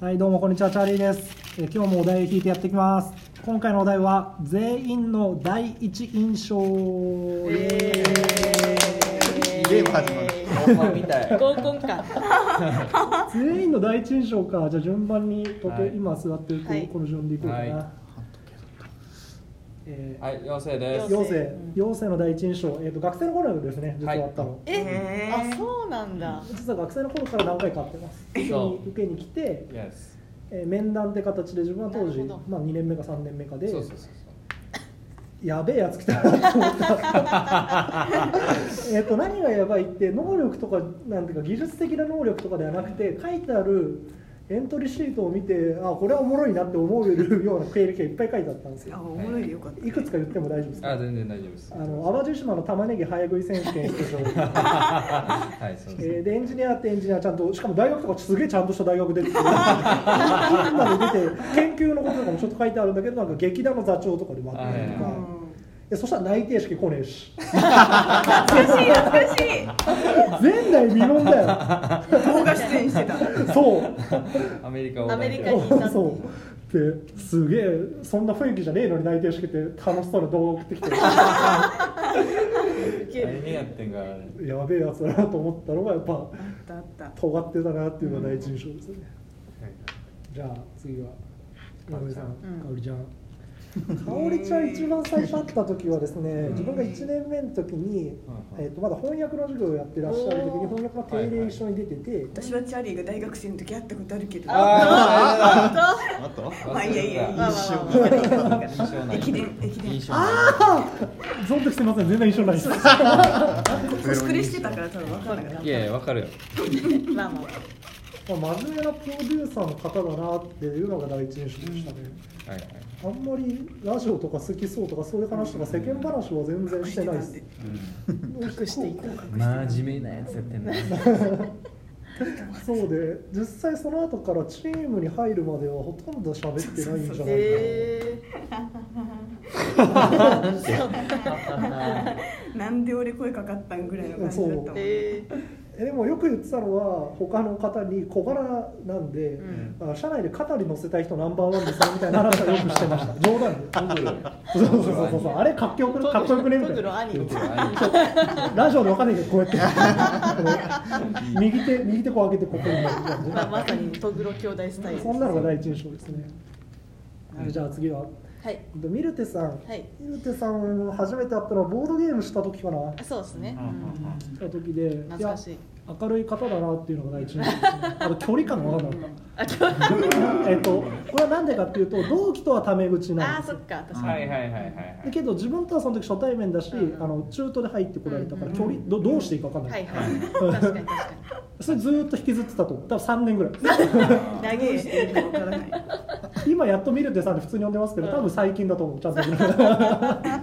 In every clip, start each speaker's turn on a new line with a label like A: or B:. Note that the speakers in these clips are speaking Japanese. A: はい、どうもこんにちは、チャーリーです。えー今日もお題を引いてやっていきます。今回のお題は、全員の第一印象。
B: ゲーム始まる
C: 本番みたい。
D: 合コンか。
A: 全員の第一印象か、じゃあ順番に、時計
C: はい
A: 今座ってる子、
D: はい
A: この順でいこうかな。
C: はい
A: えー
C: はい、妖精です。
A: 陽性、陽性の第一印象、えーと、学生の頃ですね、ずっと
C: はい
A: やったの。
D: え、あ、そうなんだ。
A: 実は学生の頃から何回か会ってます。受けに
C: そう
A: 受けに来て、
C: Yes
A: えー面談って形で自分は当時
D: なるほど、
A: まあ、2年目か3年目かで
C: そうそうそうそう。
A: やべえやつ来たなと思ったえっと何がやばいって能力とかなんていうか技術的な能力とかではなくて書いてあるエントリーシートを見てあこれはおもろいなって思えるような経歴がいっぱい書いてあったんです
D: あ、
A: よ
D: おもろいでよかった。
A: いくつか言っても大丈夫です
C: あ、
A: か
C: 全然大丈夫です。
A: あの淡路島の玉ねぎ早食い選手権出場
C: はい、そ
A: え
C: う
A: ー
C: で
A: でエンジニアってエンジニアちゃんとしかも大学とかすげえちゃ んとした大学出ててまで出て研究のこととかもちょっと書いてあるんだけどなんか劇団の座長とかでもあったりと
C: う
A: か
C: ん。
A: えそしたら内定式来ねえし
D: 懐かしい、懐かしい。
A: 前代未聞だ
E: 動画出演してた。
A: よそう
C: す。アメリカを代表。
D: アメリカに行ったってい
A: そううですげえそんな雰囲気じゃねえのに内定してきて楽しそうな動画送ってきて
D: ウケる
C: 何やってんか。
A: やべえやつだなと思ったのがやっぱ
E: あったあった。
A: 尖ってたなっていうのが第一印象ですね、じゃあ次は井上さん、
D: うん
A: かおりちゃんかおりちゃん一番最初会った時はですね自分が1年目の時に、えっとまだ翻訳の授業をやってらっしゃる時に翻訳の定例一緒に出てて、
E: 私はチャーリーが大学生の時会ったことあるけど。
D: あ、
B: あと
E: まあいいやいやいい
D: まあ
E: や。
D: まあ
C: 印象ない。
E: 駅伝駅伝
C: 印象な
A: ゾンとしてません全然一緒ない です
E: コスプレしてたから多分分からなかっ
C: い。いやいや、わかるよ。
D: 本当。まあまあ。
A: まあ、真面目なプロデューサーの方だなっていうのが第一印象でしたね、
C: はいはい。
A: あんまりラジオとか好きそうとかそういう話とか世間話は全然してないです
D: 隠していく。
C: 真面目なやつやってんな。
A: そうで実際その後からチームに入るまではほとんど喋ってないんじゃないかな
D: え
E: た。なんで俺声かかったんぐらいの感じだったもん。
D: ー、え
A: えでもよく言ってたのは他の方に小柄なんで、
D: ん
A: あ社内で肩に乗せたい人ナンバーワンですよみたいな話はよくしてました冗談で そうそうそうそうそうあれかっこよく
D: ー。
A: かっこよくねみた
D: ト
A: い
D: グロ
A: な
D: 兄。
A: ラジオでわかんないけどこうやってこ の右手右手こう上げてここに感じ
D: まあ、まさにトグロ兄弟スタイル。
A: そんなのが第一印象ですね。じゃあ次は、
D: はい。
A: でミルテさん、
D: はい
A: ミルテさん初めて会ったのはボードゲームした時かな、
D: そうですね。
A: した時で、
D: 懐かしい
A: や明るい方だなっていうのが第 一印象です、ね。あと距離感が分かんなかった。
D: あ、今日。
A: えっとこれはなんでかっていうと同期とはタメ口なん
D: あ
A: で、す
D: そ
A: よ
D: っ。か、確か
C: は
D: に。
C: いはいはいは
A: だ
C: い
A: けど自分とはその時初対面だし、
D: うん
A: あの中途で入ってこられたから距離どどうしていいか分かんな。
D: はいいはい。確かに、確か
A: それずーっと引きずってたと思う。多分三年ぐらい。
D: に。
E: 投
D: 長
E: げして
D: い。
E: いいか分からない。
A: 今やっとミルテさんで普通に呼んでますけど、多分最近だと思う。ちゃんと。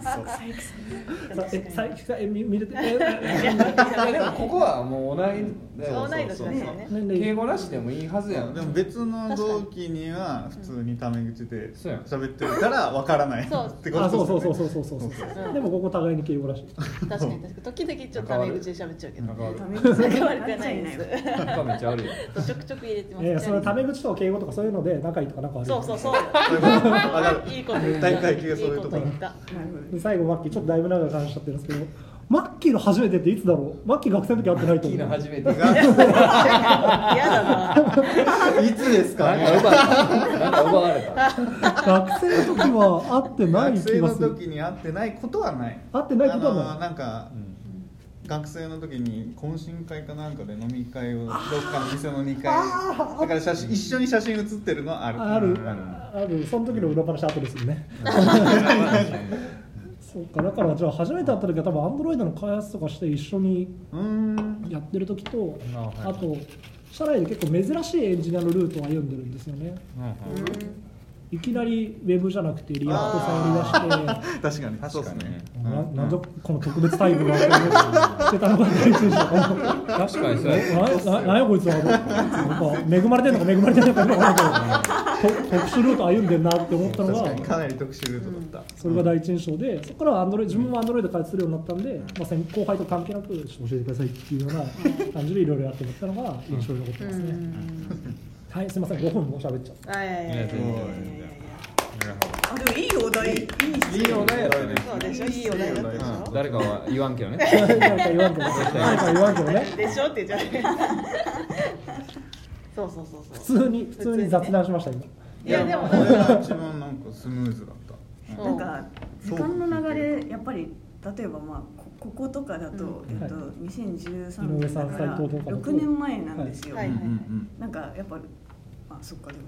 A: さえ最近さえみミルテ え
C: はい。でもここはもう同い
D: 同い年だしね。
A: 年齢
C: 敬語なしでもいいはず
B: い
C: や
B: や
C: ん。
B: でも別の同期には普通にタメ口で
C: そうやん
B: 喋ってるからわからない
D: そう
B: ってこ
A: あそうそ
B: と
A: う
B: です
A: そうそうそう
B: よね
A: そうそう
D: うん
A: でもここ互いに敬語らしい
D: 確かに、確かに。時々ちょっとタメ口で喋っちゃうけど。
C: 仲悪い
E: ダ。メだそれ
D: 仲
E: は
D: 悪
E: な
D: くは
E: っち
D: ない
E: ゃい
D: で
E: ない
D: す。
C: 仲
E: わ。
C: めっちゃ悪いよ。
D: ちょくちょく入れてます。
A: えーそのタメ口とか敬語とかそういうので仲いいとか仲悪い
D: そうそうそう。
B: そういうことわかる
D: いいこと言った。
B: 大体系そういうとこ
D: いいこと言った。
E: なるほどね
A: で最後マッキーちょっとだいぶ長く話しちゃってるんですけどマッキーの初めてっていつだろうマッキー学生の時会ってないと
C: キ
A: 思
C: ーの
A: う
C: 初めて。
D: 嫌だな。
B: いつですか
C: なんか奪われた。なんか奪われた。
A: 学生の時は会ってない気
B: 学生
A: が
B: の
A: する
B: 時に会ってないことはない
A: 会ってないことはない
B: あのなんか学生の時に懇親会かなんかで飲み会をどっかの店の2階だから写真一緒に写真写ってるのはある
A: ある
B: うん
A: あるその時の裏話後ですよねそうかだからじゃあ初めて会った時は多分アンドロイドの開発とかして一緒に
B: うーん
A: やってる時と
C: あはい
A: あと社内で結構珍しいエンジニアのルートを歩んでるんですよねいきなりウェブじゃなくてリアクトさん売り出して
B: 確かに
C: 確かにね
A: ななんぞこの特別待遇がしてたのが大事でしたな
C: 確かにそうや
A: ななんやこいつはなんか恵まれてんのか恵まれてんのかよくわかんないけどと特殊ルート歩んでんなって思ったの
B: 確かに
A: が
B: かなり特殊ルートだった
A: それが第一印象でそこからはアンドロイド自分もアンドロイド開発するようになったんで、まあ、先後輩と関係なくちょっと教えてくださいっていうような感じでいろいろやってもらったのが印象に残ってますね、はい、すみません、5分もう喋っちゃっ
D: あいやいやいやいやいやいや
E: あでもいいお題い
C: い
E: い
C: いお題やったね
D: そうでしょいいお題だったでしょ
C: 誰かは言わんけどね
A: た。なんか言わんけど、なんか言わんけどね。
D: でしょって言っちゃうそうそうそう
A: 普
D: そう
A: 通に、普通に雑談しました、今。
D: いやでも
B: これが一番なんかスムーズだった
D: そう
E: なんか時間の流れやっぱり例えばまあここことかだと、
D: う
E: えっと
A: は
E: 2013
A: 井上
E: 年
A: さ
E: だ
A: ん
E: から
A: 斉藤とかだと
E: 6年前なんですよ、
D: はいはい
E: なんかやっぱあそっかでも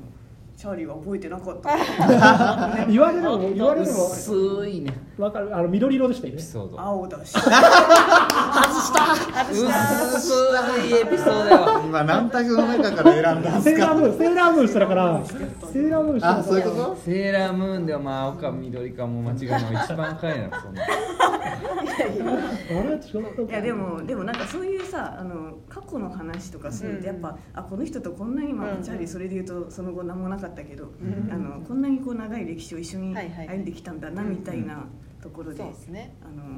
E: チャーリーは覚えてな かった
A: 言われるのも、言われるのも、
C: 薄いね
A: わかる、あの緑色でしたよ
C: エ
A: ね
C: ピ。ソード
E: 青だし
D: 外
C: 薄
D: した
C: いエピソードよ
B: 今何択の中から選んだん
A: セ
B: です
A: ーラー
B: か
A: ムーン、セーラームーンしてたから。セーラームーンしてたから。
B: あそういうこと
C: セーラームーンではまあ青か緑かも間違いない一番深いなそんな
A: あれ、違ったか
E: いやで。もでもなんかそういうさあの過去の話とかするとやっぱ、あこの人とこんなに、まあ
D: うん
E: チャーリーそれで言うとその後何もなかったけど、
D: ん
E: あのこんなにこう長い歴史を一緒に
D: はいはい
E: 歩んできたんだなみたいなところで、
D: そうですね
E: あの、
D: ん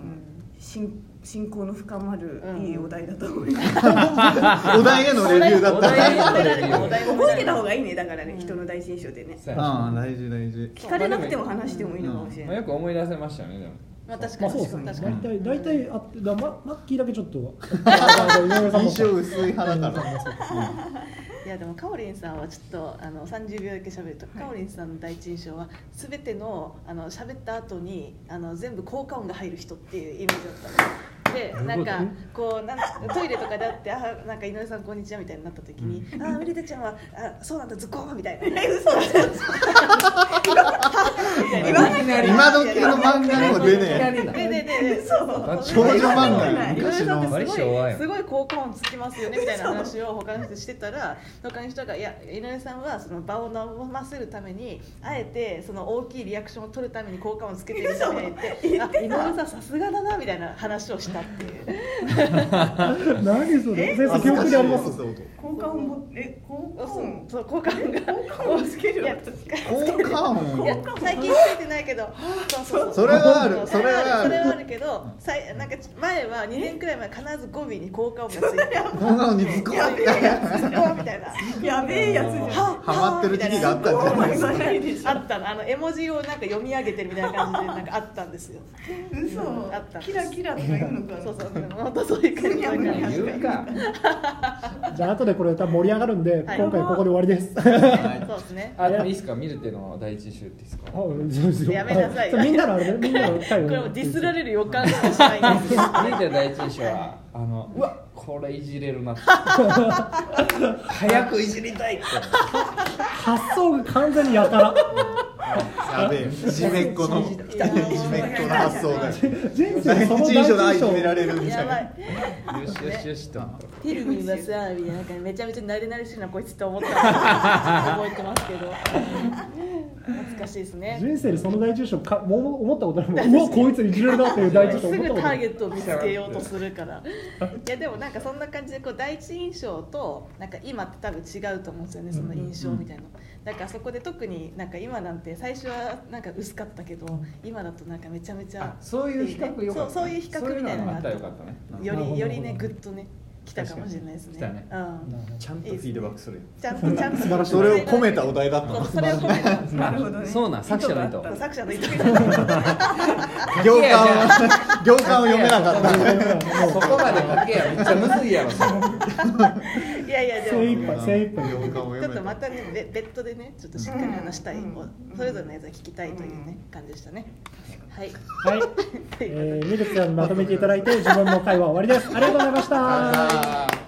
E: 信信仰の深まる
D: うん
E: いいお題だと思います、
B: お題へのレビューだっ
C: お
B: た
C: 題への
B: あ
C: レビュー
D: お題
E: 覚えてた方がいいねだからね、
D: うん
E: 人の第一印象でね
C: そうや
B: あー大事大事
E: 聞かれなくても話してもいいのかもしれ
C: ま
E: な
C: あ
E: い、
C: よく思い出せましたねでも
D: まあ確
A: まあ、
D: かに
A: そうです
D: 確
A: ね。
D: か
A: 大体、
D: に
A: 大体、あって、だ、ま、マッキーだけちょっと。あの井上さんも
B: 印象薄い派だから
D: いやでもかおりんさんはちょっとあの30秒だけ喋ると、かおりんさんの第一印象は全てのあの喋った後にあの全部効果音が入る人っていうイメージだったのでなんかこうなんトイレとかであってあなんか井上さんこんにちはみたいになった時に、ああーメルテちゃんはあそうなんだズコーンみたいなえ嘘
B: 今時の漫画にも
D: で
B: 出ね
D: ででで
C: だって
B: え少女漫画
D: 井上
B: 昔
D: さん
B: の
D: ってす
C: 割と昭
D: ご
C: 和
D: い
C: やん
D: すごい効果音つきますよねみたいな話を他の人してたら他の人が「いや井上さんはその場を和ませるためにあえてその大きいリアクションを取るために効果音つけてるみたいな言って「あ井上さんさすがだな」みたいな話をしたっていう
A: 何それ、先生、記憶にあります。
E: 効果音もえ効果音
D: そう効果音が
E: 効果音つける
D: いや
B: 効果
D: いや
B: 音
D: 最近ついてないけどそうそうそう
B: それはある
D: そ
B: そ
D: れ
B: れ
D: は
B: は
D: あるそ
B: あ
D: れはあ
B: る
D: るけどさいなんか前は2年くらい前必ず語尾に効果音がついて
B: こんなのにズコ
D: や
B: っ
D: べえ
B: て
D: やつズコーンみたいな。
E: やべえやつじゃん
D: は
B: ハマってる時期があったんじゃない
E: 言わないでしょ
D: あったのあの絵文字をなんか読み上げてるみたいな感じでなんかあったんですよ。
E: 嘘
D: あった
E: キラキラとか言うのかな
D: そうそう本当そういう感じ
E: むにゃむにゃ
C: 言うか
A: じゃあ、後でこれ多分盛り上がるんで、
D: はい
A: 今回ここで終わり です。
D: そうですね。
C: あでもいいっすか見るっていうのは第一週っていいっすか
A: や
D: やめなさいよ
A: みんなのあれね、みんなの
D: こ
A: 最後
D: れ
A: の
D: もディスられる予感しかしないんですよ。
C: 見るって第一印象はあのうわこれいじれるなって早くいじりたいって
A: 発想が完全にやた ら。
B: やべえいじめっ子のいじめっ子の発想だよ
A: 人生
B: 第
A: のその
B: 一
A: 第
B: 印象の愛
A: 一印
B: 決めら
A: 象。
B: れ るみた
D: や
B: い
D: ば。
B: ない
C: よしよしよしと
D: テルミンはさみたいななんかめちゃめちゃ慣れ慣れしいなこいつと 思ったの覚えてますけど懐かしいですね。
A: 人生でその第一印象か、もう思ったことない もん。うわ、こいついじれるなっていう第一
D: す
A: 印象思
D: ぐ
A: った
D: タ
A: ことな
D: ーゲ
A: い。
D: ットを見つけようとするから いやでもなんかそんな感じでこう第一印象となんか今って多分違うと思うんですよねその印象みたいなだからそこで特になんか今なんて最初はなんか薄かったけど今だとなんかめちゃめちゃ
C: あそういう比較よかった
D: そうそういう比較みたいなのがあった
C: そういうのがあったらよかったね
D: よ
A: なるほ
D: り
A: ど
D: よりねグッとね来たかもしれないですね
C: 来たね
D: うん、
B: ちゃんとフィードバックするよ
D: ちゃんとちゃんと
A: 素晴らしい
B: それを込めたお題だった
D: そう
B: の
D: それを込めた
E: なるほどね
C: そうなん作者の意図
E: 意図があった
D: 作者の意図が
B: 行間を行間を読めなかった
C: そこまで書けやめっちゃむずいやろそれ
D: いやいやでも
A: 精一杯精一杯
B: 行
D: ち
B: 間を
D: ょ
B: 読
D: っ
B: め
D: とま
B: なかった
D: ねべ別途でねちょっとしっかり話したい、
E: うん
D: こう
E: うん
D: それぞれのやつは聞きたいというね、感じでしたねはい
A: はい。 えー、ミルクさんまとめていただいて、自分の会話終わりです。ありがとうございました。
B: た